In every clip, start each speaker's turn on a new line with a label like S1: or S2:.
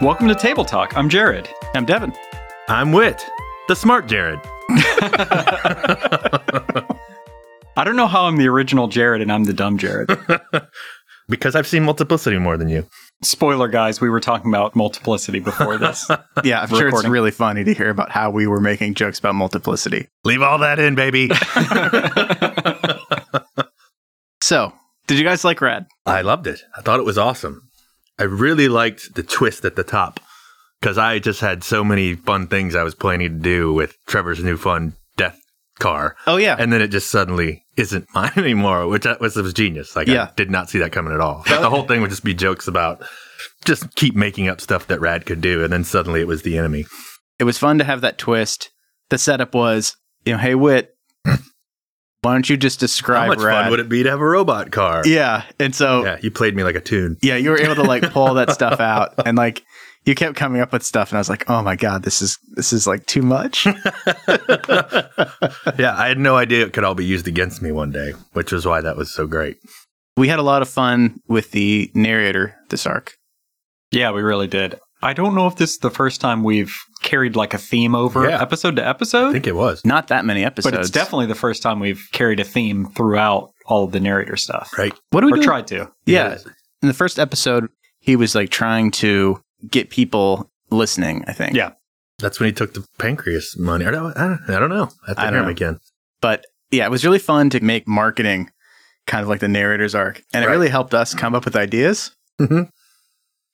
S1: Welcome to Table Talk. I'm Jared.
S2: I'm Devin.
S3: I'm Wit, the smart Jared.
S1: I don't know how I'm the original Jared and I'm the dumb Jared.
S3: Because I've seen multiplicity more than you.
S1: Spoiler, guys, we were talking about multiplicity before this.
S2: Yeah, I'm sure it's
S1: Recording.
S2: really funny to hear about how we were making jokes about multiplicity.
S3: Leave all that in, baby.
S2: So, did you guys like Rad?
S3: I loved it. I thought it was awesome. I really liked the twist at the top because I just had so many fun things I was planning to do with Trevor's new fun death car.
S2: Oh yeah,
S3: And then it just suddenly isn't mine anymore, which I- was, was genius. Like,
S2: Yeah.
S3: I did not see that coming at all. the whole thing would just be jokes about just keep making up stuff that Rad could do. And then suddenly it was the enemy.
S2: it was fun to have that twist. The setup was, you know, hey Wit, why don't you just describe
S3: How much
S2: Rad?
S3: fun would it be to have a robot car?
S2: yeah, and so yeah.
S3: Yeah, you played me like a tune.
S2: you were able to like pull that stuff out, and like you kept coming up with stuff, and I was like, oh my god, this is this is like too much.
S3: yeah, I had no idea it could all be used against me one day, which was why that was so great.
S2: we had a lot of fun with the narrator this arc.
S1: Yeah, we really did. I don't know if this is the first time we've carried like a theme over
S3: Yeah.
S1: episode to
S3: I
S1: episode,
S3: think it was.
S2: Not that many episodes,
S1: but it's definitely the first time we've carried a theme throughout all of the narrator stuff.
S3: Right.
S2: what do we
S1: Or
S2: do?
S1: tried to.
S2: Yeah. In the first episode, he was like trying to get people listening, I think.
S1: Yeah.
S3: That's when he took the pancreas money. I don't, I don't, I don't know. I have to
S2: I
S3: hear
S2: don't
S3: him
S2: know.
S3: again.
S2: But yeah, it was really fun to make marketing kind of like the narrator's arc. And it
S3: Right.
S2: really helped us come up with ideas.
S3: Mhm.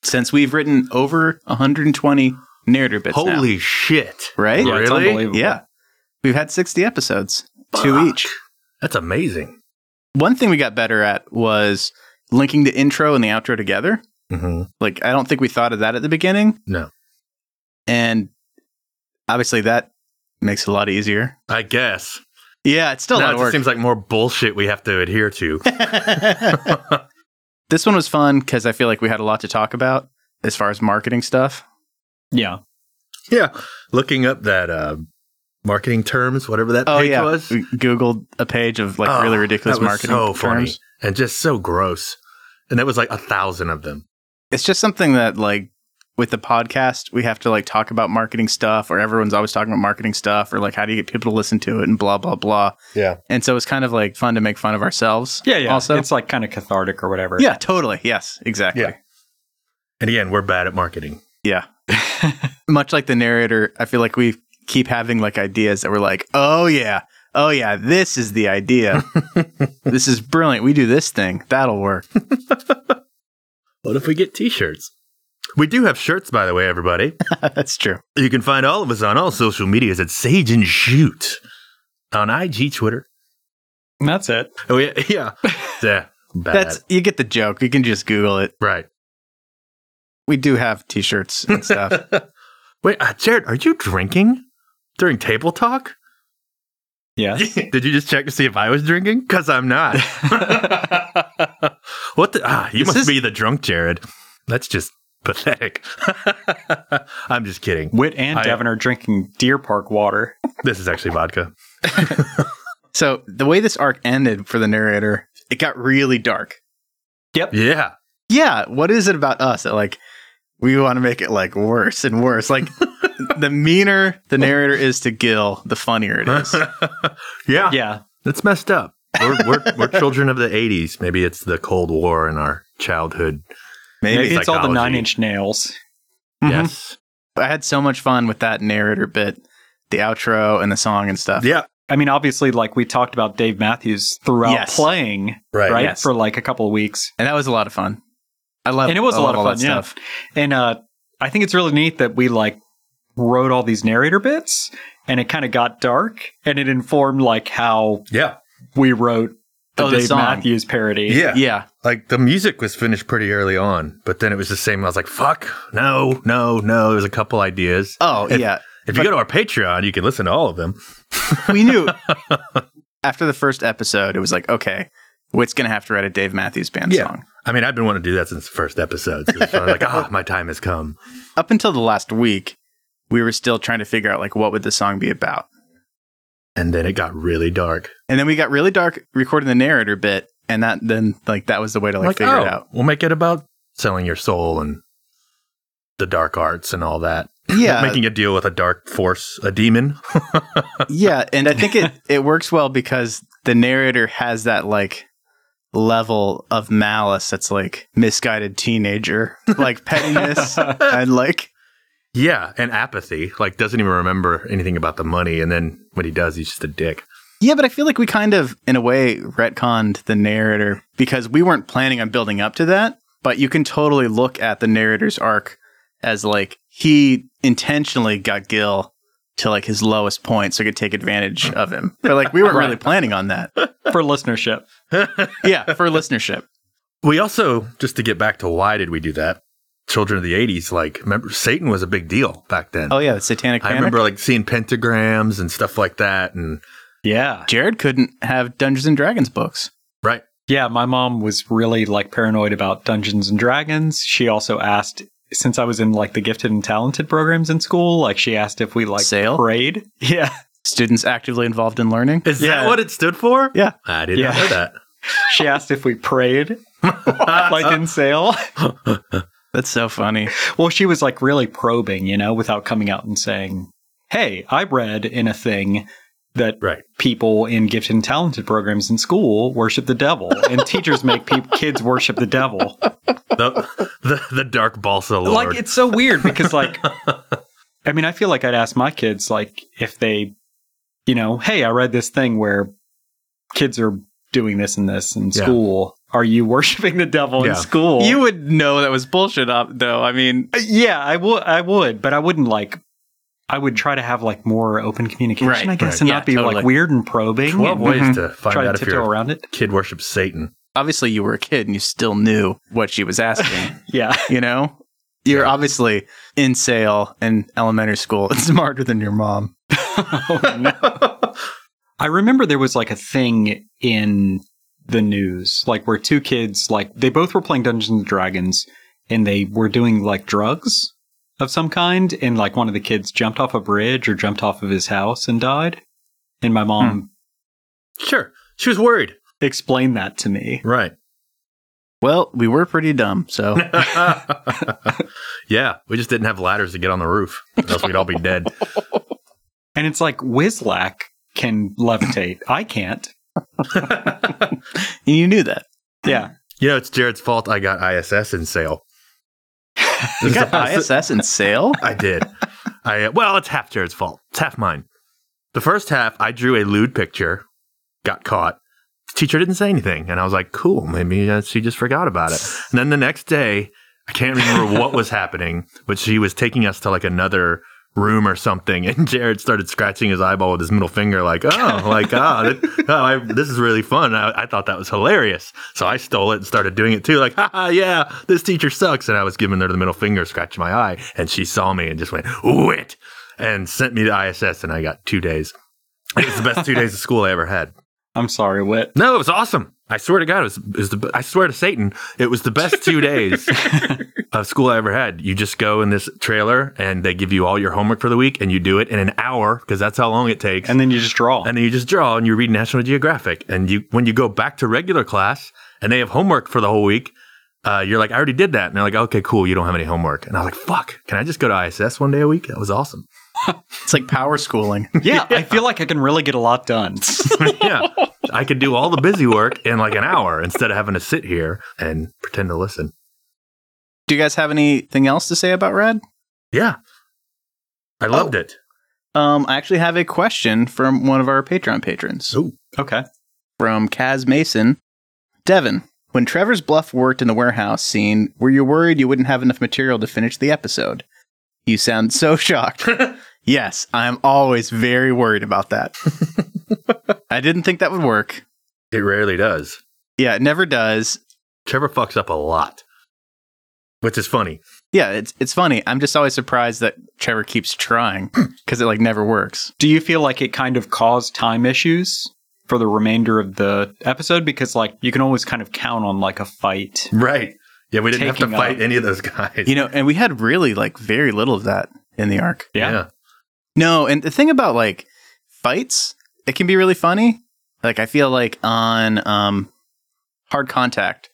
S2: Since we've written over 120 narrator bits. now,
S3: Holy shit.
S2: right?
S1: Yeah, it's
S3: Really?
S1: unbelievable.
S2: Yeah. We've had 60 episodes, two each.
S3: That's amazing.
S2: One thing we got better at was linking the intro and the outro together.
S3: Mm-hmm.
S2: Like, I don't think we thought of that at the beginning.
S3: No.
S2: And obviously, that makes it a lot easier.
S3: I guess.
S2: Yeah, it's still a
S3: now
S2: lot
S3: it
S2: of
S3: just
S2: work.
S3: seems like more bullshit we have to adhere to.
S2: this one was fun because I feel like we had a lot to talk about as far as marketing stuff.
S1: Yeah.
S3: yeah. Looking up that uh, marketing terms, whatever that
S2: Oh
S3: page
S2: yeah,
S3: was.
S2: we Googled a page of like
S3: Oh,
S2: really ridiculous
S3: that was
S2: marketing
S3: so funny
S2: terms.
S3: and just so gross. And there was like a thousand of them.
S2: It's just something that like with the podcast we have to like talk about marketing stuff, or everyone's always talking about marketing stuff, or like how do you get people to listen to it, and blah blah blah.
S3: Yeah.
S2: And so it's kind of like fun to make fun of ourselves.
S1: Yeah. Yeah.
S2: Also,
S1: It's like kind of cathartic or whatever.
S2: yeah, totally. Yes, exactly.
S3: Yeah. And again, we're bad at marketing.
S2: Yeah. Much like the narrator, I feel like we keep having like ideas that we're like, oh yeah, oh yeah, this is the idea. this is brilliant. We do this thing. That'll work.
S3: What if we get t-shirts? We do have shirts, by the way, everybody.
S2: That's true.
S3: you can find all of us on all social medias at Sage and Shoot on IG, Twitter.
S1: And that's it.
S3: Oh yeah, yeah, yeah. Bad.
S2: That's you get the joke. You can just Google it.
S3: right.
S2: We do have t shirts and stuff.
S3: Wait, uh, Jared, are you drinking during table talk?
S1: Yeah.
S3: Did you just check to see if I was drinking? Because I'm not. what? The, ah, you
S2: This
S3: must
S2: is-
S3: be the drunk, Jared. That's just pathetic. I'm just kidding.
S1: Wit and
S3: I-
S1: Devon are drinking Deer Park water.
S3: This is actually vodka.
S2: so the way this arc ended for the narrator, it got really dark.
S3: Yeah.
S2: Yeah, what is it about us that like we want to make it like worse and worse? Like the meaner the narrator is to Gil, the funnier it is.
S3: yeah.
S1: Yeah.
S3: That's messed up. We're, we're, we're children of the 80s. Maybe it's the Cold War in our childhood.
S2: Maybe
S1: Maybe it's all the
S3: psychology.
S1: nine inch nails.
S3: Mm-hmm. Yes.
S2: I had so much fun with that narrator bit, the outro and the song and stuff.
S3: Yeah.
S1: I mean, obviously, like we talked about Dave Matthews throughout
S2: Yes.
S1: playing,
S3: Right.
S1: right?
S2: yes.
S1: For like a couple of weeks.
S2: And that was a lot of fun. I love
S1: And it was
S2: I
S1: a lot
S2: love
S1: of
S2: all
S1: fun,
S2: that
S1: yeah. And uh, I think it's really neat that we like wrote all these narrator bits and it kind of got dark and it informed like how
S3: Yeah.
S1: we wrote the
S2: Oh, the
S1: Dave
S2: song.
S1: Matthews parody.
S3: Yeah.
S2: Yeah.
S3: Like the music was finished pretty early on, but then it was the same. I was like, fuck, no, no, no. There's a couple ideas.
S2: Oh,
S3: If-
S2: yeah.
S3: If you go to our Patreon, you can listen to all of them.
S2: We knew after the first episode, it was like, okay, Wit's going to have to write a Dave Matthews Band
S3: Yeah.
S2: song.
S3: I mean, I've been wanting to do that since the first episode. So it's like, ah, my time has come.
S2: Up until the last week, we were still trying to figure out like what would the song be about.
S3: And then it got really dark.
S2: And then we got really dark recording the narrator bit and that then like that was the way to like, figure
S3: oh,
S2: it out.
S3: We'll make it about selling your soul and the dark arts and all that.
S2: Yeah.
S3: Making a deal with a dark force, a demon.
S2: yeah, and I think it it works well because the narrator has that like level of malice that's like misguided teenager, like pettiness and like
S3: Yeah, and apathy. Like doesn't even remember anything about the money, and then when he does, he's just a dick.
S2: yeah, but I feel like we kind of in a way retconned the narrator because we weren't planning on building up to that, but you can totally look at the narrator's arc as like he intentionally got Gil to like his lowest point so he could take advantage of him. But like we weren't really planning on that.
S1: for listenership.
S2: Yeah, for listenership.
S3: We also just to get back to why did we do that? Children of the '80s, like remember Satan was a big deal back then.
S2: Oh yeah, the satanic
S3: I
S2: panic.
S3: remember like seeing pentagrams and stuff like that, and
S1: Yeah.
S2: Jared couldn't have Dungeons and Dragons books.
S3: right.
S1: Yeah, my mom was really like paranoid about Dungeons and Dragons. She also asked since I was in like the gifted and talented programs in school, like she asked if we like
S2: Sail?
S1: prayed. Yeah.
S2: Students actively involved in learning.
S3: Is
S1: Yeah.
S3: that what it stood for?
S2: Yeah.
S3: I did not
S1: Yeah.
S3: know that. Uh,
S1: She asked if we prayed. like in sale.
S2: That's so funny.
S1: Uh, Well, she was like really probing, you know, without coming out and saying, Hey, I read in a thing that
S3: Right.
S1: people in gifted and talented programs in school worship the devil, and teachers make peop kids worship the devil.
S3: The, the the dark balsa lord.
S1: Like it's so weird because like I mean, I feel like I'd ask my kids like if they you know, hey, I read this thing where kids are doing this and this in
S3: Yeah.
S1: school. Are you worshiping the devil
S3: Yeah.
S1: in school?
S2: You would know that was bullshit, up though. I mean,
S1: Uh, yeah, I would I would, but I wouldn't like I would try to have like more open communication,
S2: Right,
S1: I guess,
S2: right.
S1: and
S2: Yeah,
S1: not be
S2: totally.
S1: like weird and probing.
S3: twelve
S1: and
S3: ways to find
S1: try to
S3: out if
S1: tiptoe
S3: your
S1: around it.
S3: kid worships Satan.
S2: obviously you were a kid and you still knew what she was asking.
S1: Yeah.
S2: you know, you're
S3: Yeah.
S2: obviously in sale in elementary school and smarter than your mom.
S3: Oh,
S1: I remember there was like a thing in the news, like where two kids, like they both were playing Dungeons and Dragons, and they were doing like drugs of some kind, and like one of the kids jumped off a bridge or jumped off of his house and died. And my mom
S3: Sure, she was worried.
S1: explained that to me.
S3: Right.
S2: Well, we were pretty dumb, so
S3: yeah, we just didn't have ladders to get on the roof, or else we'd all be dead.
S1: And it's like Whizlack can levitate. I can't.
S2: and you knew that.
S1: Yeah.
S3: You know, it's Jared's fault. I got ISS in sale.
S2: You got ISS in sale.
S3: I did. I uh, well, it's half Jared's fault. It's half mine. The first half, I drew a lewd picture, got caught. The teacher didn't say anything, and I was like, "Cool, maybe uh, she just forgot about it." And then the next day, I can't remember what was happening, but she was taking us to like another room or something, and Jared started scratching his eyeball with his middle finger, like, "Oh, like ah, that- oh, I, this is really fun." I, I thought that was hilarious, so I stole it and started doing it too, like, "Ha ha, yeah, this teacher sucks," and I was giving her the middle finger, scratching my eye, and she saw me and just went, "Ooh it," and sent me to ISS, and I got two days. It was the best two days of school I ever had.
S1: I'm sorry, Whit.
S3: No, it was awesome. I swear to God, it was, it was the, I swear to Satan, it was the best two days of school I ever had. You just go in this trailer and they give you all your homework for the week and you do it in an hour because that's how long it takes.
S1: And then you just draw.
S3: and then you just draw and you read National Geographic. And you when you go back to regular class and they have homework for the whole week, uh, you're like, I already did that. And they're like, okay, cool, you don't have any homework. And I was like, fuck, can I just go to ISS one day a week? That was awesome.
S2: It's like power schooling.
S1: yeah, I feel like I can really get a lot done.
S3: yeah. I could do all the busy work in like an hour instead of having to sit here and pretend to listen.
S2: Do you guys have anything else to say about Red?
S3: Yeah. I loved it.
S2: Um, I actually have a question from one of our Patreon patrons.
S1: okay.
S2: from Kaz Mason. Devin, when Trevor's Bluff worked in the warehouse scene, were you worried you wouldn't have enough material to finish the episode? You sound so shocked. yes, I'm always very worried about that. I didn't think that would work.
S3: It rarely does.
S2: Yeah, it never does.
S3: Trevor fucks up a lot, which is funny.
S2: Yeah, it's it's funny. I'm just always surprised that Trevor keeps trying because it like never works.
S1: Do you feel like it kind of caused time issues for the remainder of the episode? Because like you can always kind of count on like a fight.
S3: Right. Yeah, we didn't have
S1: Taking
S3: to fight
S1: up.
S3: any of those guys.
S2: You know, and we had really like very little of that in the arc.
S1: Yeah.
S2: No, and the thing about like fights, it can be really funny. Like I feel like on um Hard Contact,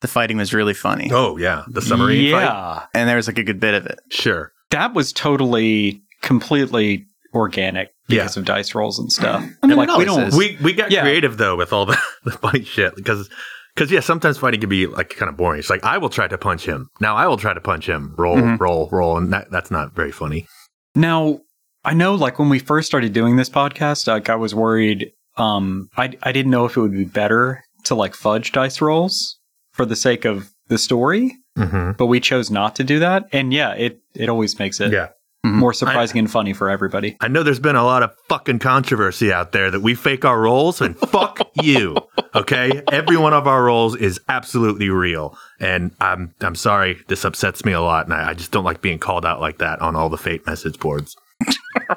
S2: the fighting was really funny,
S3: Oh yeah, the submarine fight.
S1: yeah.
S2: and there was like a good bit of it.
S3: Sure.
S1: That was totally, completely organic because of dice rolls and stuff. I
S2: mean,
S1: like
S2: it
S1: we
S2: always
S1: don't.
S2: is.
S3: We we got
S1: Yeah.
S3: creative though with all the, the funny shit because because yeah, sometimes fighting can be like kind of boring. It's like I will try to punch him. Now I will try to punch him. Roll,
S2: Mhm.
S3: roll, roll, and that, that's not very funny.
S1: Now, I know like when we first started doing this podcast, like I was worried um I I didn't know if it would be better to like fudge dice rolls for the sake of the story,
S3: Mm-hmm.
S1: but we chose not to do that. And yeah, it it always makes it
S3: Yeah.
S1: more surprising and funny for everybody.
S3: I know there's been a lot of fucking controversy out there that we fake our roles and fuck you. Okay? Every one of our roles is absolutely real. And I'm I'm sorry, this upsets me a lot, and I, I just don't like being called out like that on all the fate message boards.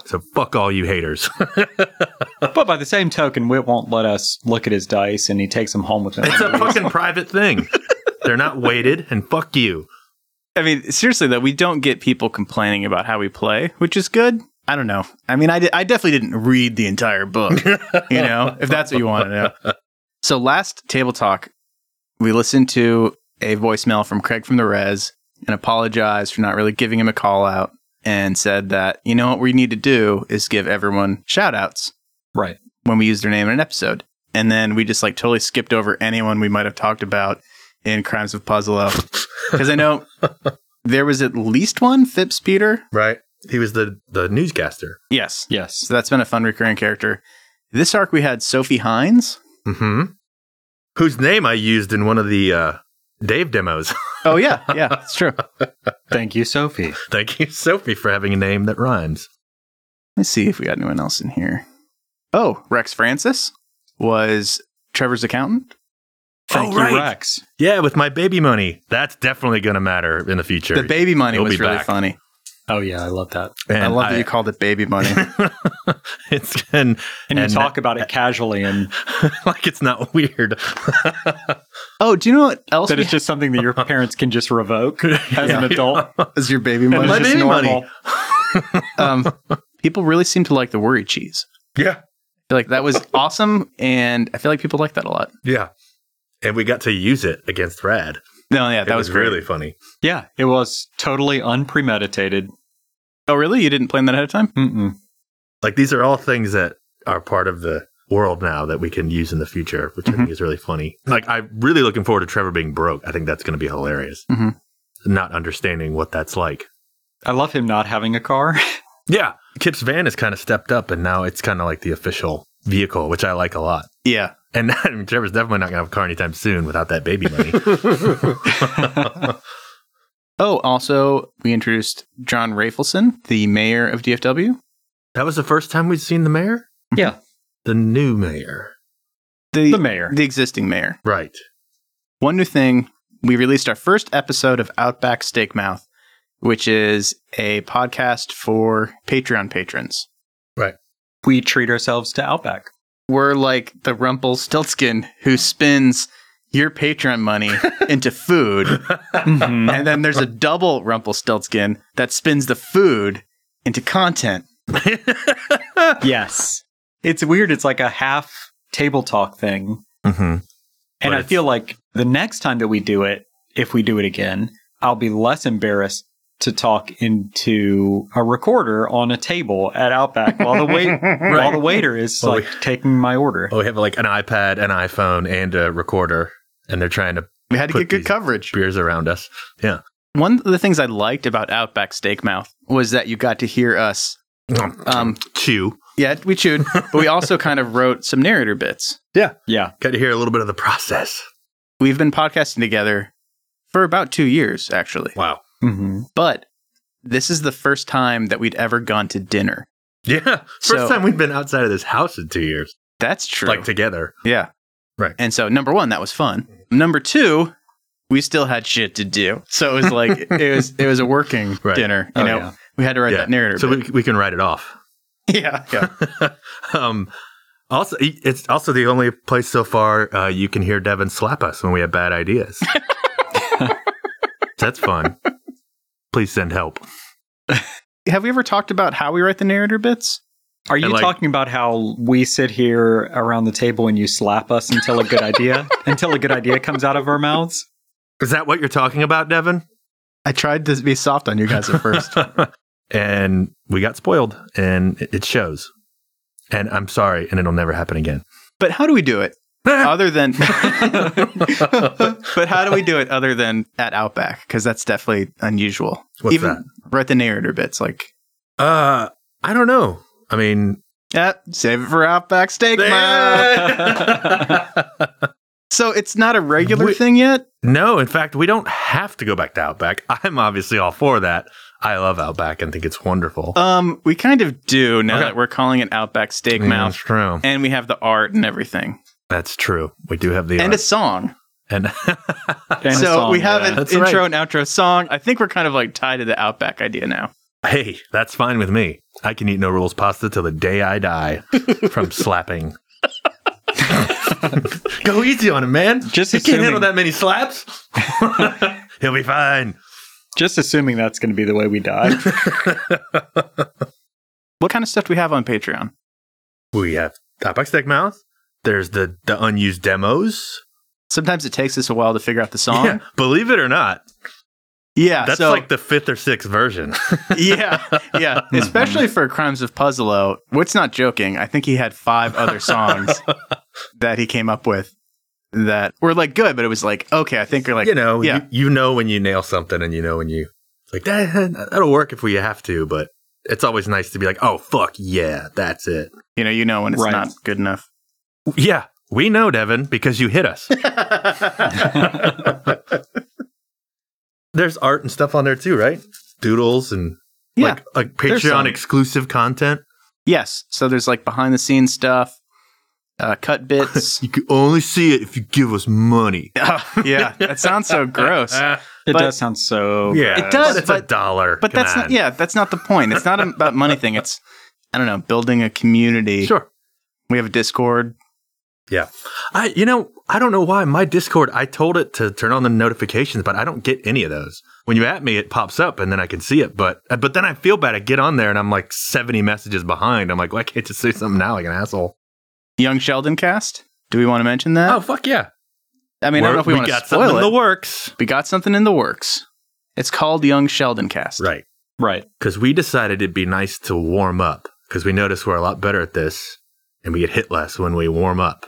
S3: so fuck all you haters.
S1: but by the same token, Whit won't let us look at his dice and he takes them home with him.
S3: It's a fucking private thing. They're not weighted and fuck you.
S2: I mean, seriously though, we don't get people complaining about how we play, which is good. I don't know. I mean, I, di- I definitely didn't read the entire book, you know, if that's what you want to know. So, last table talk, we listened to a voicemail from Craig from the Res and apologized for not really giving him a call out and said that, you know, what we need to do is give everyone shout outs
S1: right.
S2: when we use their name in an episode. And then we just like totally skipped over anyone we might have talked about in Crimes of Puzzle Because I know there was at least one, Phipps Peter.
S3: Right? He was the, the newscaster.
S2: Yes.
S1: Yes.
S2: So that's been a fun recurring character. This arc we had Sophie Hines.
S3: Mm-hmm. Whose name I used in one of the uh, Dave demos.
S2: Oh yeah, yeah, that's true. Let
S1: Thank you, Sophie.
S3: Thank you, Sophie, for having a name that rhymes.
S2: me see if we got anyone else in here. Oh, Rex Francis was Trevor's accountant.
S1: Thank
S3: Oh,
S1: you,
S3: right.
S1: Rex.
S3: Yeah, with my baby money. That's definitely going to matter in the future.
S2: The baby money
S3: He'll
S2: was
S3: be
S2: really
S3: back.
S2: funny.
S1: Oh yeah, I love that.
S3: And
S2: I love that you called it baby money.
S3: it's and,
S1: And,
S3: And-
S1: you talk about it casually and
S3: like it's not weird.
S2: oh, do you know what else
S1: that
S2: we
S1: it's just something that your parents can just revoke as an adult.
S2: had as your baby
S1: And
S2: money?
S1: it's
S3: my
S1: just
S3: baby money.
S1: normal.
S2: um, people really seem to like the worry cheese.
S3: yeah,
S2: I feel like that was awesome, and I feel like people like that a lot.
S3: yeah. And we got to use it against Rad.
S2: No, yeah, that
S3: it
S2: was,
S3: was,
S2: great.
S3: really funny.
S1: Yeah, it was totally unpremeditated.
S2: Oh, really? You didn't plan that ahead of time?
S1: Mm-mm.
S3: Like these are all things that are part of the world now that we can use in the future, which
S2: Mm-hmm.
S3: I think is really funny. Like I'm really looking forward to Trevor being broke. I think that's going to be hilarious.
S2: Mhm.
S3: Not understanding what that's like.
S1: I love him not having a car.
S3: Yeah, Kip's van has kind of stepped up, and now it's kind of like the official vehicle, which I like a lot.
S2: Yeah.
S3: And I mean, Trevor's definitely not going to have a car anytime soon without that baby money.
S2: Oh, also, we introduced John Rafelson, the mayor of DFW.
S3: that was the first time we'd seen the mayor?
S1: Yeah.
S3: The new mayor.
S1: The mayor.
S2: The existing mayor.
S3: Right.
S2: One new thing we released our first episode of Outback Steakmouth, which is a podcast for Patreon patrons.
S1: We treat ourselves to Outback.
S2: We're like the Rumpelstiltskin who spins your Patreon money into food.
S1: Mhm.
S3: Mm-hmm.
S2: and then there's a double Rumpelstiltskin that spins the food into content.
S1: yes. It's weird. It's like a half table talk thing.
S3: Mm-hmm.
S1: And
S3: But
S1: I feel like the next time that we do it, if we do it again, I'll be less embarrassed to talk into a recorder on a table at Outback while the wait while the waiter is
S3: Well,
S1: like taking my order.
S3: Oh, we have like an iPad, an iPhone, and a recorder, and they're trying to
S2: We had to
S3: Put
S2: get good
S3: these-
S2: coverage.
S3: beers around us. Yeah.
S2: One of the things I liked about Outback Steakmouth was that you got to hear us. Um,
S3: Chew.
S2: yeah, we chewed, but we also kind of wrote some narrator bits.
S1: Yeah.
S3: Got to hear a little bit of the process.
S2: We've been podcasting together for about two years, actually.
S3: Wow.
S1: hmm
S2: But this is the first time that we'd ever gone to dinner.
S3: Yeah. First
S2: So-
S3: time we've been outside of this house in two years,
S2: That's true.
S3: like together.
S2: yeah.
S3: Right.
S2: And so, number one, that was fun. Number two, we still had shit to do. So it was like, it was it was a working
S3: Right.
S2: dinner. You
S1: Oh,
S2: know,
S1: yeah.
S2: we had to write
S3: Yeah.
S2: that narrator.
S3: So
S2: bit.
S3: we, we can write it off.
S2: yeah. yeah.
S3: um, also, it's also the only place so far uh, you can hear Devin slap us when we have bad ideas. That's fun. Please send help.
S2: Have we ever talked about how we write the narrator bits?
S1: Are you
S3: like-
S1: talking about how we sit here around the table and you slap us until a good idea until a good idea comes out of our mouths?
S3: Is that what you're talking about, Devin?
S2: I tried to be soft on you guys at first.
S3: and we got spoiled, and it- it shows. And I'm sorry, and it'll never happen again. Uh,
S2: but how do we do it other than But how do we do it other than at Outback cuz that's definitely unusual.
S3: What's
S2: Even right the narrator bits like
S3: Uh, I don't know. I mean,
S2: yeah, save it for Outback Steak. Ma." So it's not a regular
S3: Wait.
S2: thing yet.
S3: no, in fact, we don't have to go back to Outback. I'm obviously all for that. I love Outback and think it's wonderful.
S2: Um, we kind of do now
S3: Okay.
S2: that we're calling it Outback Steak
S3: Yeah,
S2: Mouth,
S3: That's true.
S2: and we have the art and everything,
S3: That's true. We do have the
S2: and
S3: art.
S2: a song.
S3: and
S1: And a
S2: so
S1: song,
S2: we have
S1: yeah.
S2: an
S3: That's
S2: intro
S3: right.
S2: and outro song. I think we're kind of like tied to the Outback idea now.
S3: hey, that's fine with me. I can eat no rules pasta till the day I die from slapping. go easy on him, man.
S1: Just
S3: he can't
S1: assuming-
S3: handle that many slaps. He'll be fine.
S1: Just assuming that's going to be the way we die.
S2: What kind of stuff do we have on Patreon?
S3: We have Outback Steak Mouth. There's the the unused demos.
S2: Sometimes it takes us a while to figure out the song.
S3: Yeah,
S2: Yeah,
S3: believe it or not, that's
S2: Uh-huh. Uh, so
S3: like the fifth or sixth version.
S2: yeah, yeah. Especially for Crimes of Puzzlo, which not joking. I think he had five other songs that he came up with that were like good, but it was like okay. I think you're like
S3: you know,
S2: yeah.
S3: you, you know when you nail something, and you know when you it's like that. That'll work if we have to, but it's always nice to be like, oh fuck yeah, that's it.
S2: you know you know when it's
S1: Right.
S2: not good enough.
S3: Yeah, we know, Devin, because you hit us. There's art and stuff on there too, right? Doodles and
S2: Yeah,
S3: like, like
S2: there's some.
S3: Patreon exclusive content.
S2: Yes. So there's like behind the scenes stuff, uh, cut bits.
S3: You can only see it if you give us money.
S2: Oh, yeah, that sounds so gross.
S3: Uh,
S1: It
S2: But-
S1: does sound so.
S3: yeah,
S2: It does,
S3: but it's a
S2: but-
S3: dollar.
S2: But
S3: Come
S2: that's
S3: on.
S2: not. Yeah, that's not the point. It's not about money thing. It's I don't know, building a community.
S3: sure.
S2: We have a Discord.
S3: I you know I don't know why my Discord. I told it to turn on the notifications, but I don't get any of those. When you at me, it pops up and then I can see it. But uh, but then I feel bad. I get on there and I'm like seventy messages behind. I'm like, why can't you say something now, like an asshole?
S2: Young Sheldon cast. Do we want to mention that?
S3: oh fuck yeah!
S2: I mean, I don't know if we, want to
S3: got
S2: spoil
S3: something
S2: it.
S3: in the works,
S2: we got something in the works. It's called Young Sheldon cast.
S3: right?
S1: Right.
S3: Because we decided it'd be nice to warm up because we notice we're a lot better at this and we get hit less when we warm up.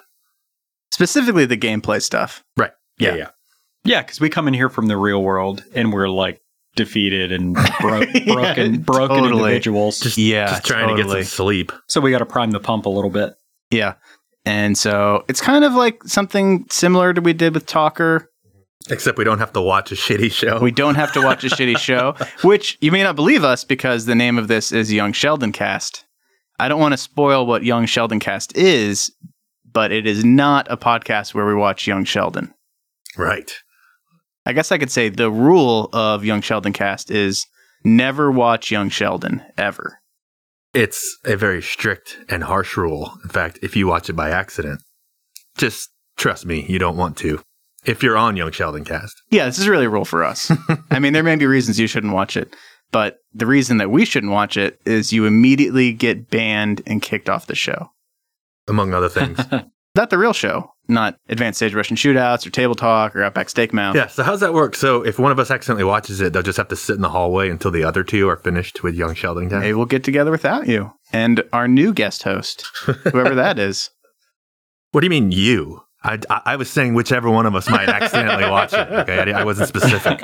S2: Specifically the gameplay stuff. Yeah.
S1: Yeah, because we come in here from the real world and we're like defeated and bro-
S2: Yeah,
S1: broken, broken
S2: totally.
S1: individuals.
S3: Just-
S2: yeah.
S3: Just trying to
S2: totally.
S3: get some sleep.
S1: so we got to prime the pump a little bit.
S2: Yeah. And so it's kind of like something similar to we did with Talker.
S3: Except we don't have to watch a shitty show.
S2: We don't have to watch a shitty show, which you may not believe us because the name of this is Young Sheldon Cast. I don't want to spoil what Young Sheldon Cast is, but it is not a podcast where we watch Young Sheldon.
S3: right.
S2: I guess I could say the rule of Young Sheldon Cast is never watch Young Sheldon ever.
S3: It's a very strict and harsh rule. In fact, if you watch it by accident, just trust me, you don't want to. If you're on Young Sheldon Cast,
S2: Yeah, this is really a rule for us. I mean, there may be reasons you shouldn't watch it, but the reason that we shouldn't watch it is you immediately get banned and kicked off the show.
S3: among other things.
S2: not the real show, not advanced stage Russian shootouts or table talk or Outback Steak Mouth.
S3: yeah. So how's that work? So if one of us accidentally watches it, they'll just have to sit in the hallway until the other two are finished with Young Sheldon Cast.
S2: Maybe we'll get together without you and our new guest host, whoever that is.
S3: What do you mean you? I, I, I was saying whichever one of us might accidentally watch it. Okay, I, di- I wasn't specific.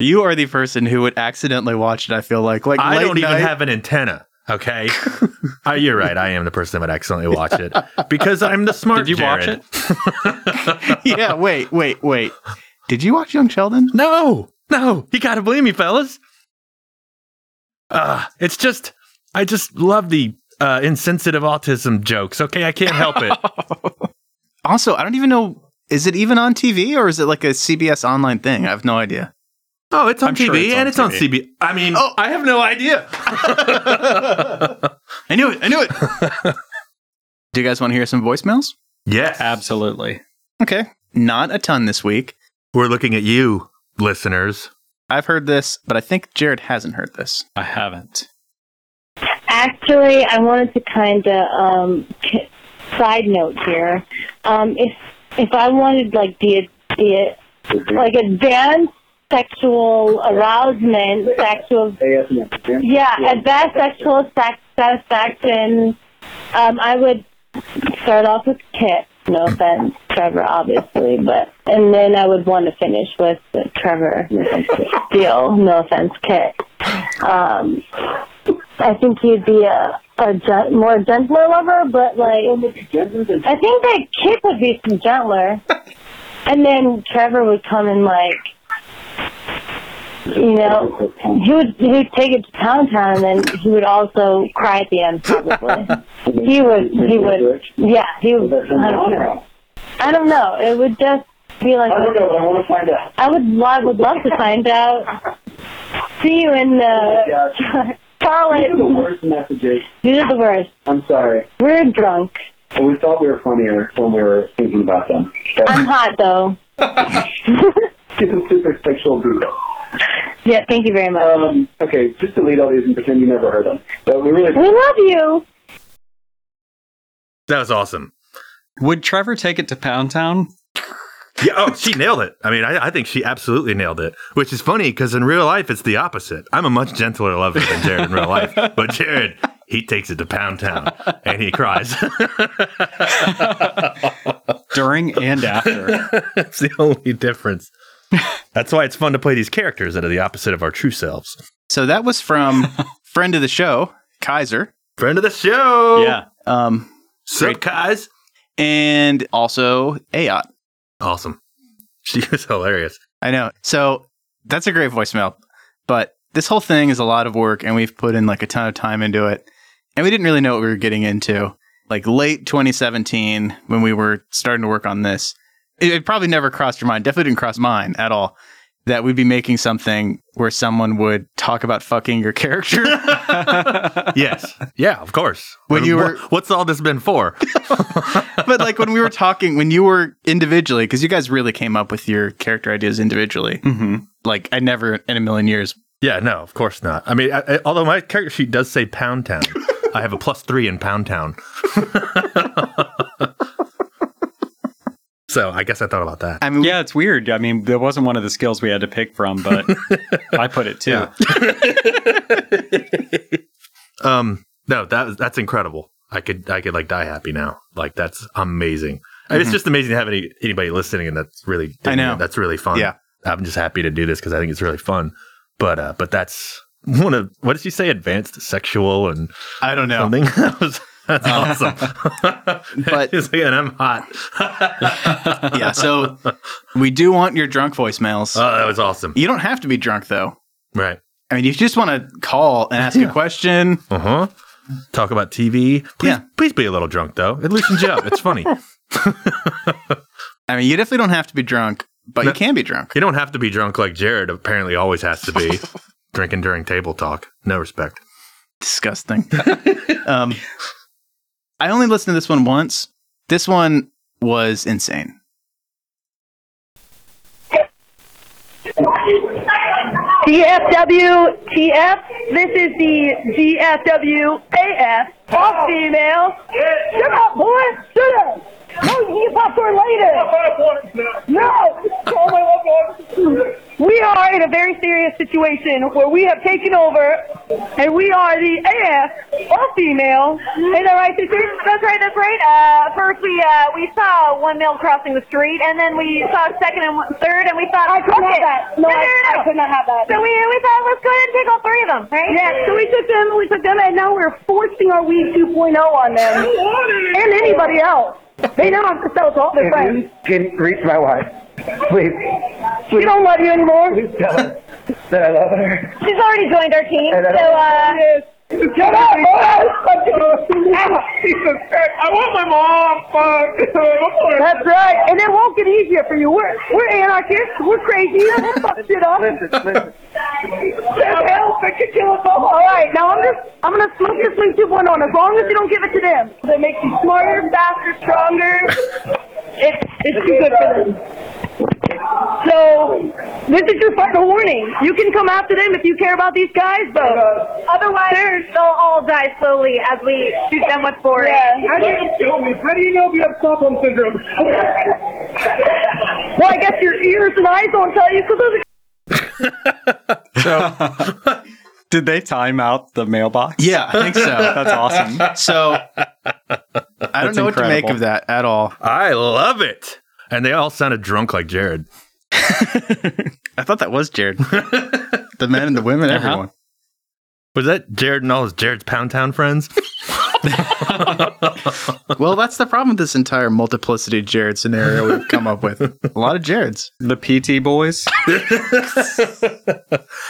S2: You are the person who would accidentally watch it. I feel like like
S3: I
S2: late
S3: don't even
S2: night-
S3: have an antenna. Okay, Uh, you're right. I am the person that would accidentally watch it because I'm the smart.
S1: Did you watch
S3: Jared.
S2: yeah, wait, wait, wait. Did you watch Young Sheldon?
S3: No, no, you gotta believe me, fellas. Uh, it's just, I just love the uh, insensitive autism jokes. Okay, I can't help it.
S2: Also, I don't even know. Is it even on TV or is it like a CBS online thing? I have no idea.
S3: oh, it's on
S1: I'm
S3: TV
S1: sure it's on
S3: and it's on CB. I mean,
S2: Oh.
S3: I have no idea.
S2: I knew it. I knew it. Do you guys want to hear some voicemails?
S3: yes,
S1: Absolutely.
S2: Okay. Not a ton this week.
S3: We're looking at you, listeners.
S2: I've heard this, but I think Jared hasn't heard this.
S1: I haven't.
S4: Actually, I wanted to kind of um, k- side note here. Um, if if I wanted like the the like advanced sexual arousement, sexual yeah, advanced sexual sac- satisfaction. Um, I would start off with Kit. No offense, Trevor, obviously, but and then I would want to finish with the Trevor deal. No offense, Kit. Um, I think he'd be a, a gen- more gentler lover, but like
S5: Oh,
S4: I think that Kit would be some gentler, and then Trevor would come in like you know, he would he would take it to Pound Town, and then he would also cry at the end, probably. he would, he would, yeah, he would. I don't know. I don't know. It would just be like
S5: I don't know, but I want to find out.
S4: I would love would love to find out. See you in the
S5: These are the
S4: Charlotte.
S5: worst messages.
S4: These are the worst.
S5: I'm sorry.
S4: We're drunk.
S5: And we thought we were funnier when we were thinking about them.
S4: I'm hot though.
S5: She's a super sexual dude.
S4: Yeah, thank you very much.
S5: Um, okay, just delete all these and pretend you never heard them. But we really
S4: We love you.
S3: That was awesome.
S1: Would Trevor take it to Pound Town?
S3: Yeah, oh, she nailed it. I mean, I, I think she absolutely nailed it, which is funny because in real life, it's the opposite. I'm a much gentler lover than Jared in real life, but Jared, he takes it to Pound Town and he cries.
S1: During and after.
S3: That's the only difference. That's why it's fun to play these characters that are the opposite of our true selves.
S2: So that was from friend of the show, Kaiser.
S3: Friend of the show.
S1: yeah.
S2: Um,
S3: Sup,
S2: Great.
S3: guys.
S2: and also Ayot.
S3: Awesome. She was hilarious.
S2: I know. So that's a great voicemail. But this whole thing is a lot of work and we've put in like a ton of time into it. And we didn't really know what we were getting into. Like late 2017, when we were starting to work on this, it, it probably never crossed your mind, definitely didn't cross mine at all, that we'd be making something where someone would talk about fucking your character.
S3: Yes. yeah, of course.
S2: When you were-
S3: Wha- what's all this been for?
S2: but like when we were talking, when you were individually, because you guys really came up with your character ideas individually,
S1: hmm
S2: like I never in a million years
S3: Yeah, no, of course not. I mean, I, I- although my character sheet does say Pound Town, I have a plus three in Pound Town. so I guess I thought about that.
S2: I mean,
S1: Yeah, it's weird. I mean, there wasn't one of the skills we had to pick from, but I put it too.
S3: Yeah. Um, no, that was- that's incredible. I could I could like die happy now. Like that's amazing. And it's just amazing to have any anybody listening, and that's really
S2: Mm-hmm. I know.
S3: that's really fun.
S2: Yeah.
S3: I'm just happy to do this because I think it's really fun. But uh, but that's one of what did she say? Advanced sexual and
S2: I don't know.
S3: something. that was, that's awesome.
S2: but-
S3: It's Uh, like, and I'm hot.
S2: yeah. So we do want your drunk voicemails.
S3: Oh, that was awesome.
S2: you don't have to be drunk though.
S3: Right.
S2: I mean, if you just want to call and ask a question,
S3: Uh huh. Talk about TV. Please,
S2: Yeah.
S3: please be a little drunk though. It loosens you up. It's funny.
S2: I mean, you definitely don't have to be drunk, but you
S3: No.
S2: can be drunk.
S3: You don't have to be drunk like Jared apparently always has to be. Drinking during table talk. No respect.
S2: Disgusting. um, I only listened to this one once. This one was insane.
S4: GFW TF. This is the GFW AF. All female. Shut up, boy. Shut up. No, you can get popcorn later. No. We are in a very serious situation where we have taken over, and we are the AF, all female. Ain't that right, sister?
S6: That's right, that's right. Uh, first we uh, we saw one male crossing the street, and then we saw second and one- third, and we thought,
S4: I could
S6: fuck
S4: not
S6: it.
S4: that. No,
S6: no, no,
S4: I,
S6: no.
S4: I could not have that.
S6: So we, we thought, let's go ahead and take all three of them, right?
S4: Yeah, so we took them, we took them, and now we're forcing our weed 2.0 on them. And anybody else. They now have to sell to all their friends.
S5: you can reach my wife, please.
S4: She don't love you anymore.
S5: Please tell her that I love her.
S6: She's already joined our team,
S5: And I
S6: so uh,
S5: Shut up! Jesus Christ, I want my mom! Fuck!
S4: That's right, and it won't get easier for you. We're we're anarchists. We're crazy. We'll fuck shit up.
S5: listen, listen.
S4: Hell, they could kill us all. All right, now I'm just I'm gonna smoke this weed 2.0 on oh, as long as you don't give it to them. That makes you smarter, faster, stronger. It's it's too good for them. So, this is your final warning. You can come after them if you care about these guys, though.
S6: otherwise they'll all die slowly as we shoot them with four.
S4: Yeah.
S5: How do you know we have Stockholm syndrome?
S4: Well, I guess you're
S6: ears and eyes don't tell you because those are
S1: Did they time out the mailbox?
S2: Yeah, I think so.
S1: That's awesome.
S2: So I don't
S1: That's
S2: know what to make
S1: incredible.
S2: of that at all.
S3: I love it. And they all sounded drunk like Jared.
S2: I thought that was Jared. the men and the women,
S1: Uh-huh.
S2: everyone.
S3: Was that Jared and all his Jared's Pound Town friends?
S2: Well, that's the problem with this entire multiplicity Jared scenario we've come up with. A lot of Jareds.
S1: The PT boys.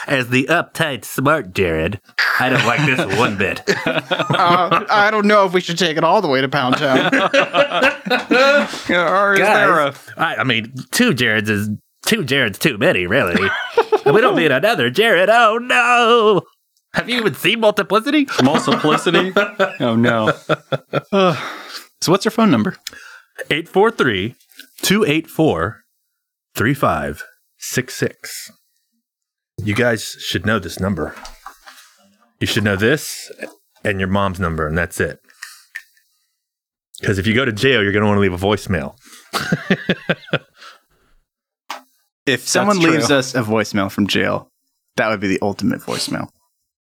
S3: As the uptight smart Jared, I don't like this one bit.
S2: Uh, I don't know if we should take it all the way to Pound Town.
S1: or is there a
S3: I, I mean, two Jareds is two Jareds too many, really. we don't need another Jared. Oh no! Have you even seen Multiplicity?
S1: multiplicity? oh no.
S2: so, what's her phone number?
S3: 843 284 3566. You guys should know this number. You should know this and your mom's number, and that's it. Because if you go to jail, you're going to want to leave a voicemail.
S2: If someone
S1: That's true.
S2: leaves us a voicemail from jail, that would be the ultimate voicemail.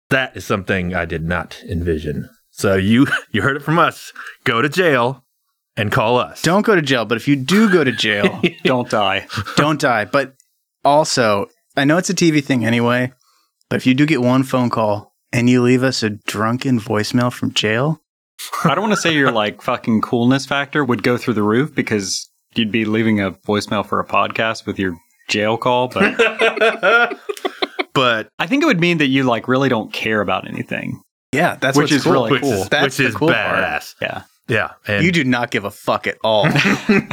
S3: That is something I did not envision. So you you heard it from us. Go to jail and call us.
S2: Don't go to jail, but if you do go to jail,
S1: Don't die.
S2: don't die. But also, I know it's a TV thing anyway, but if you do get one phone call and you leave us a drunken voicemail from jail,
S1: I don't want to say your like fucking coolness factor would go through the roof because you'd be leaving a voicemail for a podcast with your jail call, but
S3: But
S1: I think it would mean that you like really don't care about anything.
S2: yeah, that's
S1: Which
S2: what's
S1: is
S2: cool.
S1: really
S3: which
S1: cool.
S3: is
S2: That's
S3: which
S2: the
S3: is
S2: cool part.
S3: badass.
S1: Yeah.
S3: Yeah. And
S2: You do not give a fuck at all.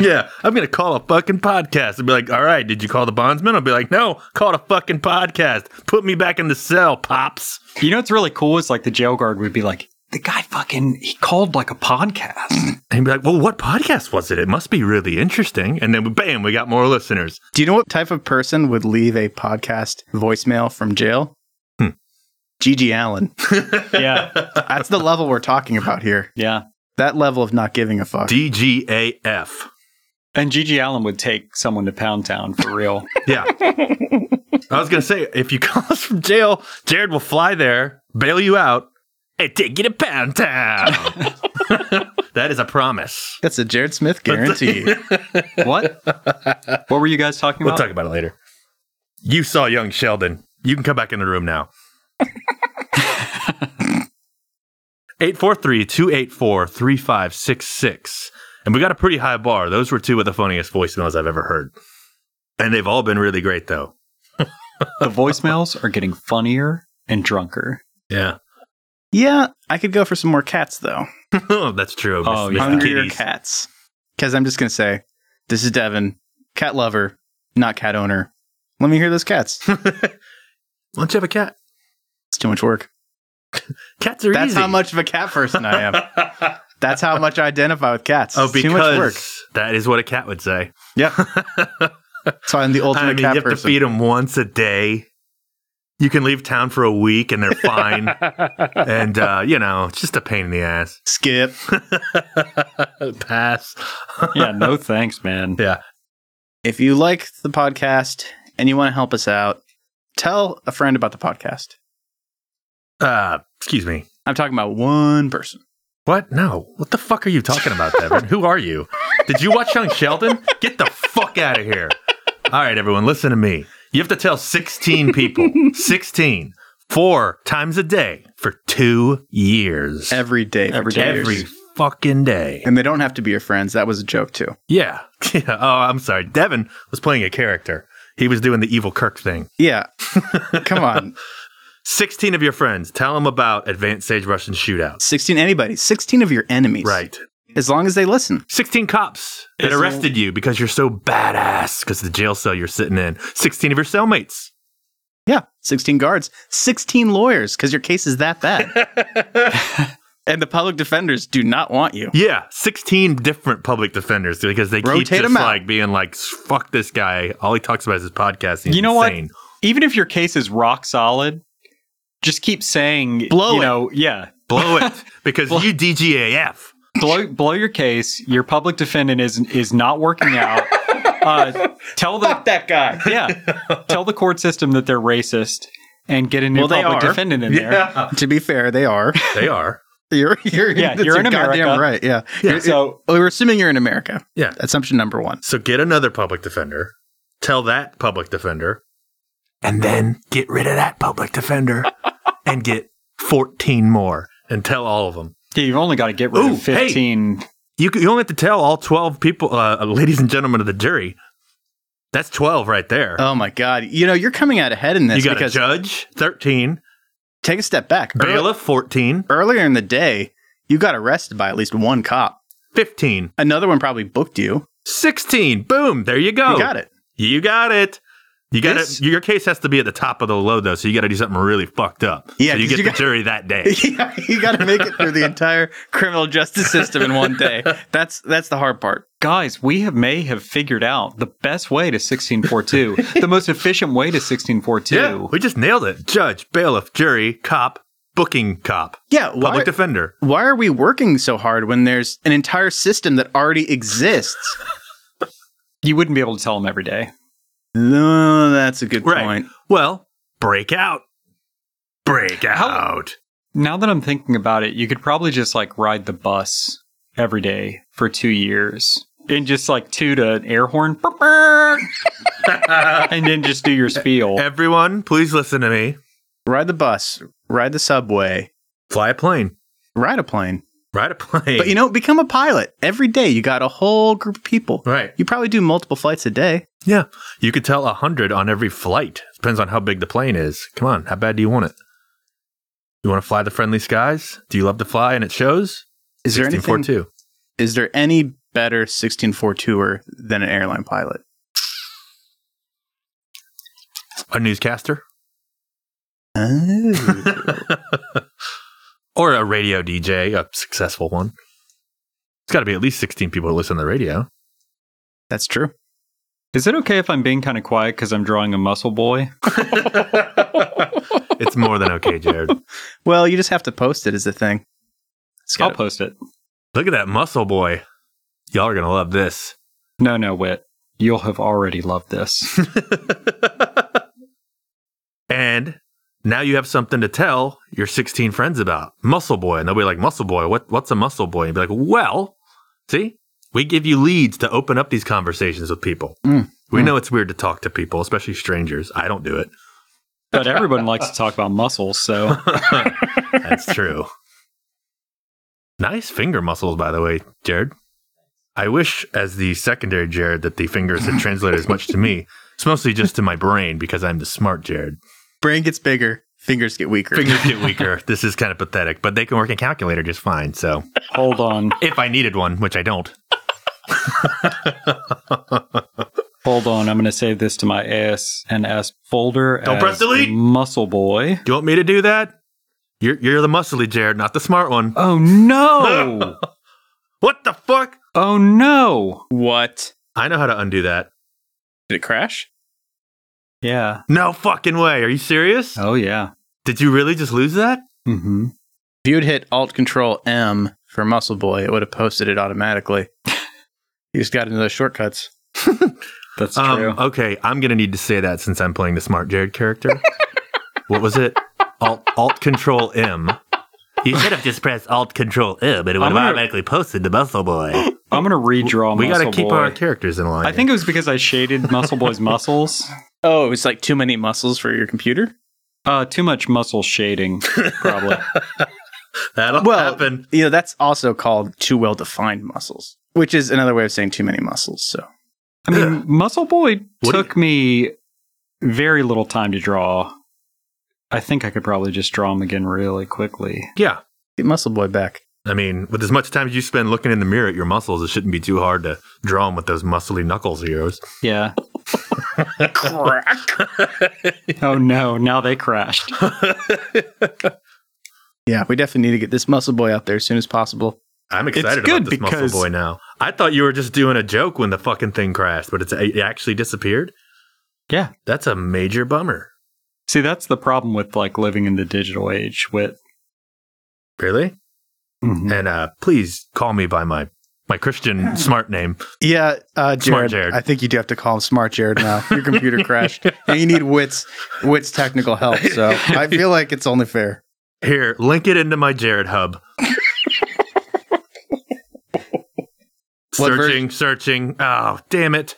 S3: yeah, I'm gonna call a fucking podcast and be like, "All right, did you call the bondsman?" I'll be like, "No, called a fucking podcast. Put me back in the cell, pops."
S1: You know what's really cool is like the jail guard would be like, the guy fucking he called like a podcast.
S3: And he'd be like, "Well, what podcast was it? It must be really interesting." And then, bam, we got more listeners.
S2: do you know what type of person would leave a podcast voicemail from jail?
S3: Hmm.
S2: Gigi Allen.
S1: yeah.
S2: That's the level we're talking about here.
S1: Yeah.
S2: That level of not giving a fuck.
S3: DGAF.
S1: And Gigi Allen would take someone to Pound Town for real.
S3: Yeah, I was gonna say, if you call us from jail, Jared will fly there, bail you out, and take you to Pound Town. that is a promise.
S2: That's a Jared Smith guarantee.
S1: what? What were you guys talking
S3: We'll
S1: about?
S3: talk about it later. You saw young Sheldon. You can come back in the room now. 843 284 3566. And we got a pretty high bar. Those were two of the funniest voicemails I've ever heard. And they've all been really great, though.
S1: the voicemails are getting funnier and drunker.
S3: Yeah.
S2: yeah, I could go for some more cats though.
S3: That's true. I
S1: Oh,
S3: miss- miss the
S2: Hungrier
S3: kitties.
S2: cats. Because I'm just gonna say, this is Devin, cat lover, not cat owner. Let me hear those cats.
S3: Why don't you have a cat?
S2: It's too much work.
S3: Cats are
S2: That's
S3: easy.
S2: how much of a cat person I am. That's how much I identify with cats.
S3: Oh,
S2: It's
S3: because
S2: too much work.
S3: that is what a cat would say.
S2: So I'm the ultimate
S3: I mean, you
S2: cat
S3: have to
S2: person.
S3: feed them once a day. You can leave town for a week and they're fine. and, uh, you know, it's just a pain in the ass.
S2: Skip.
S3: Pass.
S1: Yeah, no thanks, man.
S3: Yeah.
S2: If you like the podcast and you want to help us out, tell a friend about the podcast.
S3: Uh, excuse me.
S2: I'm talking about one person.
S3: What? No. What the fuck are you talking about, Devin? Who are you? Did you watch Young Sheldon? Get the fuck out of here. All right, everyone, listen to me. You have to tell 16 people. 16. Four times a day for two years.
S2: Every day. for
S1: Every
S2: two
S1: day.
S2: years.
S3: Every fucking day.
S2: And they don't have to be your friends. That was a joke too.
S3: Yeah. yeah. Oh, I'm sorry. Devin was playing a character. He was doing the evil Kirk thing.
S2: Yeah. Come on.
S3: 16 of your friends. Tell them about Advanced Sage Russian Shootouts.
S2: 16 anybody. 16 of your enemies.
S3: Right.
S2: As long as they listen.
S3: 16 cops that
S1: Isn't-
S3: arrested you because you're so badass because the jail cell you're sitting in. 16 of your cellmates.
S2: Yeah. 16 guards. 16 lawyers cuz your case is that bad. and the public defenders do not want you.
S3: Yeah, 16 different public defenders because they
S2: Rotate
S3: keep just
S2: 'em out.
S3: like being like, fuck this guy. All he talks about is his podcast. and he's
S1: You know what?
S3: insane.
S1: Even if your case is rock solid, just keep saying
S2: Blow
S1: you
S2: it.
S1: know, yeah.
S3: Blow it because you DGAF.
S1: Blow blow your case, your public defendant is is not working out. Uh, tell the
S7: Fuck that guy.
S1: yeah, tell the court system that they're racist and get a new
S2: Well, they
S1: public
S2: are.
S1: defendant in there.
S3: Yeah,
S2: to be fair, they are.
S3: they are.
S2: You're you're
S1: Yeah,
S2: that's-
S1: you're in
S2: goddamn
S1: America.
S2: right. Yeah.
S3: Yeah.
S1: So
S2: Well, we're assuming you're in America.
S3: Yeah.
S2: Assumption number one.
S3: So get another public defender. Tell that public defender, and then get rid of that public defender, and get fourteen more, and tell all of them.
S1: yeah, you've only got to get rid
S3: Ooh,
S1: of
S3: hey.
S1: fifteen.
S3: You c- you only have to tell all twelve people, uh, ladies and gentlemen of the jury. That's twelve right there.
S2: Oh my God. You know, you're coming out ahead in
S3: you
S2: this
S3: got a
S2: because
S3: judge thirteen,
S2: take a step back. Earl-
S3: bailiff fourteen,
S2: earlier in the day, you got arrested by at least one cop.
S3: fifteen,
S2: Another one probably booked you.
S3: sixteen. Boom! There you go.
S2: You got it.
S3: You got it. You got
S2: This-
S3: to Your case has to be at the top of the load, though, so you got to do something really fucked up.
S2: Yeah,
S3: so you get
S2: 'cause you
S3: the
S2: got-
S3: jury that day.
S2: yeah, you got to make it through the entire criminal justice system in one day. That's that's the hard part.
S1: Guys, we have may have figured out the best way to 1642, the most efficient way to 1642.
S3: Yeah, we just nailed it. Judge, bailiff, jury, cop, booking cop,
S2: Yeah,
S3: public
S2: why,
S3: defender.
S2: why are we working so hard when there's an entire system that already exists?
S1: You wouldn't be able to tell them every day.
S2: No, that's a good
S3: Right.
S2: point.
S3: Well, break out. Break out.
S1: Now that I'm thinking about it, you could probably just like ride the bus every day for two years and just like toot an air horn burp, burp, and then just do your spiel.
S3: Everyone, please listen to me.
S2: Ride the bus, ride the subway,
S3: Fly a plane.
S2: ride a plane.
S3: Ride a plane.
S2: But you know, become a pilot. Every day you got a whole group of people.
S3: right.
S2: You probably do multiple flights a day.
S3: Yeah. You could tell a 100 on every flight. Depends on how big the plane is. Come on. How bad do you want it? You want to fly the friendly skies? Do you love to fly and it shows?
S2: Is there anything
S3: 1642.
S2: is there any better 1642er than an airline pilot?
S3: A newscaster?
S2: Oh.
S3: or a radio DJ, a successful one. It's got to be at least 16 people that listen to the radio.
S2: That's true.
S1: Is it okay if I'm being kind of quiet because I'm drawing a muscle boy?
S3: It's more than okay, Jared.
S2: Well, you just have to post it as a thing. It's
S1: I'll
S2: gotta-
S1: post it.
S3: Look at that muscle boy. Y'all are going to love this.
S1: No, no, Wit. You'll have already loved this.
S3: and now you have something to tell your 16 friends about muscle boy. And they'll be like, muscle boy, what, what's a muscle boy? And be like, well, see, we give you leads to open up these conversations with people.
S2: Mm.
S3: We
S2: Mm.
S3: know it's weird to talk to people, especially strangers. I don't do it.
S1: but everyone likes to talk about muscles, so
S3: That's true. Nice finger muscles, by the way, Jared. I wish, as the secondary Jared, that the fingers had translated as much to me. It's mostly just to my brain because I'm the smart Jared.
S2: brain gets bigger, fingers get weaker.
S3: Fingers get weaker. this is kind of pathetic, but they can work a calculator just fine. So,
S1: hold on.
S3: if I needed one, which I don't,
S1: Hold on, I'm going to save this to my AS and S folder.
S3: Don't
S1: as
S3: press delete.
S1: Muscle boy.
S3: do you want me to do that? You're you're the muscly Jared, not the smart one.
S1: Oh no!
S3: What the fuck?
S1: oh no!
S2: What?
S3: I know how to undo that.
S2: Did it crash?
S1: Yeah.
S3: No fucking way. Are you serious?
S1: Oh yeah.
S3: Did you really just lose that?
S1: Mm-hmm.
S2: If you had hit Alt Control M for Muscle Boy, it would have posted it automatically. you just got into those shortcuts.
S1: That's
S3: Um,
S1: true.
S3: okay, I'm gonna need to say that since I'm playing the smart Jared character. what was it? Alt Alt Control M. You should have just pressed Alt Control M, and it would
S1: I'm
S3: have
S1: gonna-
S3: automatically posted the Muscle Boy.
S1: I'm gonna redraw.
S3: we
S1: muscle
S3: gotta keep
S1: boy.
S3: our characters in line.
S1: I think it was because I shaded Muscle Boy's muscles.
S2: Oh, it's like too many muscles for your computer?
S1: Uh, too much muscle shading, probably.
S3: that'll
S2: Well-
S3: happen.
S2: You know, that's also called too well defined muscles, which is another way of saying too many muscles. So
S1: I mean, Muscle Boy
S3: What do
S1: took me very little time to draw. I think I could probably just draw him again really quickly.
S3: Yeah.
S2: get Muscle Boy back.
S3: I mean, with as much time as you spend looking in the mirror at your muscles, it shouldn't be too hard to draw them with those muscly knuckles of yours.
S1: Yeah. Oh no! Now they crashed.
S2: Yeah, we definitely need to get this Muscle Boy out there as soon as possible.
S3: I'm excited
S1: good
S3: about this
S1: because-
S3: Muscle Boy now. I thought you were just doing a joke when the fucking thing crashed, but it's, it actually disappeared.
S1: Yeah.
S3: That's a major bummer.
S1: See, that's the problem with like living in the digital age. With
S3: Mm-hmm. Really? And uh, please call me by my my Christian smart name.
S2: Yeah, uh, Jared,
S3: Smart Jared.
S2: I think you do have to call him Smart Jared now. Your computer crashed, and you need Wit's Wit's technical help. So I feel like it's only fair.
S3: Here, link it into my Jared Hub.
S2: What
S3: searching, searching. Oh, damn it.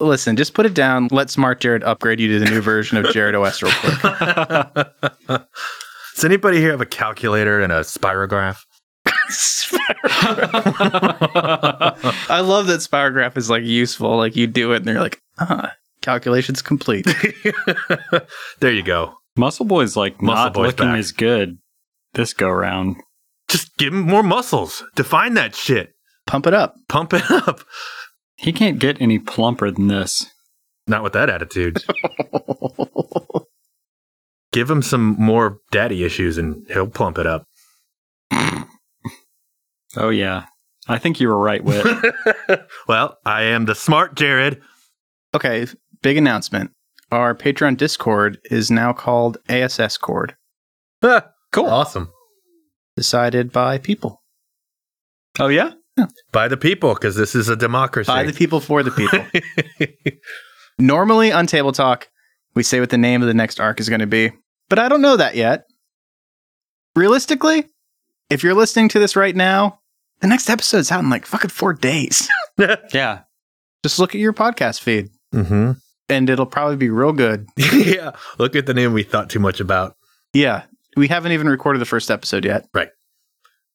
S2: Listen, just put it down. Let Smart Jared upgrade you to the new version of Jared OS real quick.
S3: Does anybody here have a calculator and a spirograph?
S2: I love that Spirograph is like useful. Like you do it, and they're like, ah, calculations complete.
S3: there you go.
S1: Muscle Boy's like
S3: Muscle
S1: not
S3: Boy's
S1: looking
S3: back.
S1: as good this go round.
S3: Just give him more muscles. Define that shit.
S2: Pump it up.
S3: Pump it up.
S1: He can't get any plumper than this.
S3: Not with that attitude. give him some more daddy issues and he'll plump it up.
S1: Oh yeah, I think you were right, Whit.
S3: well, I am the smart Jared.
S2: Okay, big announcement. Our Patreon Discord is now called ASS Cord,
S3: cool. Awesome.
S2: decided by people.
S1: oh yeah,
S3: By the people, because this is a democracy.
S2: By the people for the people. Normally on Table Talk, we say what the name of the next arc is going to be, but I don't know that yet. Realistically, if you're listening to this right now, the next episode's out in like fucking four days.
S1: yeah.
S2: Just look at your podcast feed
S3: hmm
S2: and it'll probably be real good.
S3: yeah. Look at the name we thought too much about.
S2: Yeah. We haven't even recorded the first episode yet.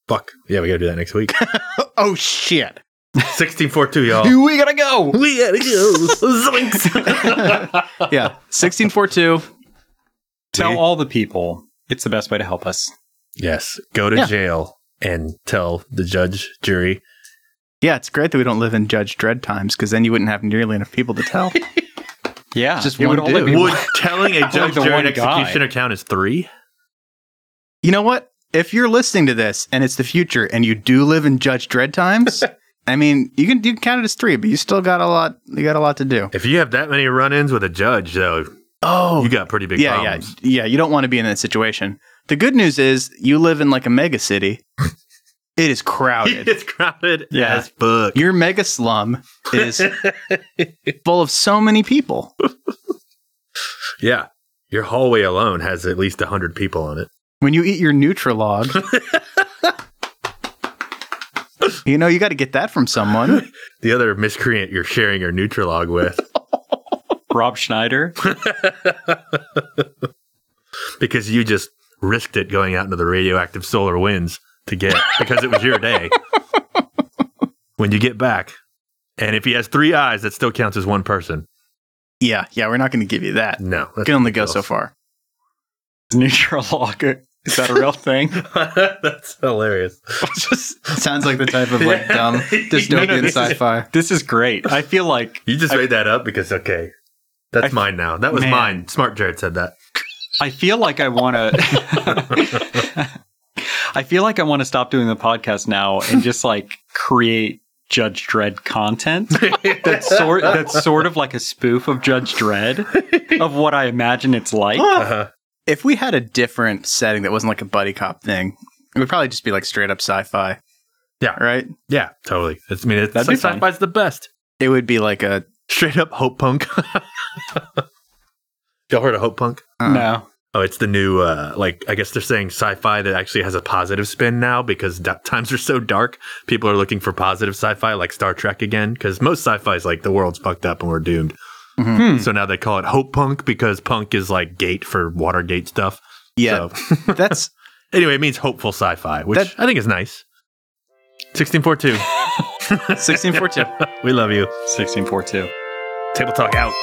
S3: Fuck. Yeah, we got to do that next week.
S2: Oh, shit.
S3: 1642, y'all.
S2: We gotta go.
S3: We gotta go. Zoinks.
S2: Yeah. 1642.
S1: Tell
S3: We-
S1: all the people. It's the best way to help us.
S3: yes. Go to
S2: Yeah.
S3: jail and tell the judge, jury.
S2: Yeah, it's great that we don't live in Judge Dread times because then you wouldn't have nearly enough people to tell.
S1: Yeah,
S2: Just
S1: it
S2: one
S1: would only
S2: dude.
S1: be
S3: Would telling a judge,
S1: the
S3: jury,
S1: one
S3: and executioner count as three?
S2: you know what? If you're listening to this and it's the future and you do live in Judge Dread times, I mean, you can you can count it as three, but you still got a lot. You got a lot to do.
S3: If you have that many run ins with a judge, though,
S2: Oh,
S3: you got pretty big
S2: yeah,
S3: problems.
S2: yeah, yeah. You don't want to be in that situation. The good news is you live in like a mega city. it is crowded.
S3: It's crowded
S2: Oh, Yeah.
S3: as fuck.
S2: Your mega slum is full of so many people.
S3: Yeah. Your hallway alone has at least 100 people on it.
S2: When you eat your Nutrilog, you know you got to get that from someone.
S3: The other miscreant you're sharing your Nutrilog with
S1: Rob Schneider.
S3: because you just risked it going out into the radioactive solar winds to get because it was your day. when you get back, and if he has three eyes, that still counts as one person.
S2: Yeah, yeah, we're not going to give you that.
S3: No,
S2: We can only go so far.
S1: Neutral logger. Is that a real thing?
S3: far. that's hilarious.
S2: Just sounds like the type of like
S3: Yeah.
S2: dumb
S3: No,
S2: dystopian
S3: no, this is-
S2: sci-fi.
S1: This is great. I feel like
S3: You just made that up because okay,
S1: I-
S3: that's mine now. That was
S1: Man.
S3: mine. Smart Jared said that.
S1: I feel like I want to. I feel like I want to stop doing the podcast now and just like create Judge Dredd content. that's sort that's sort of like a spoof of Judge Dredd of what I imagine it's like.
S3: Uh-huh.
S2: If we had a different setting that wasn't like a buddy cop thing, it would probably just be like straight up sci-fi.
S3: Yeah.
S2: right.
S3: Yeah, totally. It's, I mean, it's,
S1: That'd be fun.
S3: sci-fi's the best.
S2: It would be like a
S3: Straight up hope punk. Y'all heard of hope punk?
S2: uh,
S1: No.
S3: Oh, it's the new uh like I guess they're saying sci-fi that actually has a positive spin now because da- times are so dark. People are looking for positive sci-fi like Star Trek again because most sci-fi is like the world's fucked up and we're doomed.
S2: Mm-hmm.
S1: Hmm.
S3: So now they call it hope punk because punk is like gate for Watergate stuff.
S2: Yeah,
S3: So,
S2: that's
S3: anyway, it means hopeful sci-fi, which
S2: That-
S3: I think is nice. 1642.
S2: sixteen fourteen.
S3: we love you.
S1: Sixteen four two.
S3: Table talk out.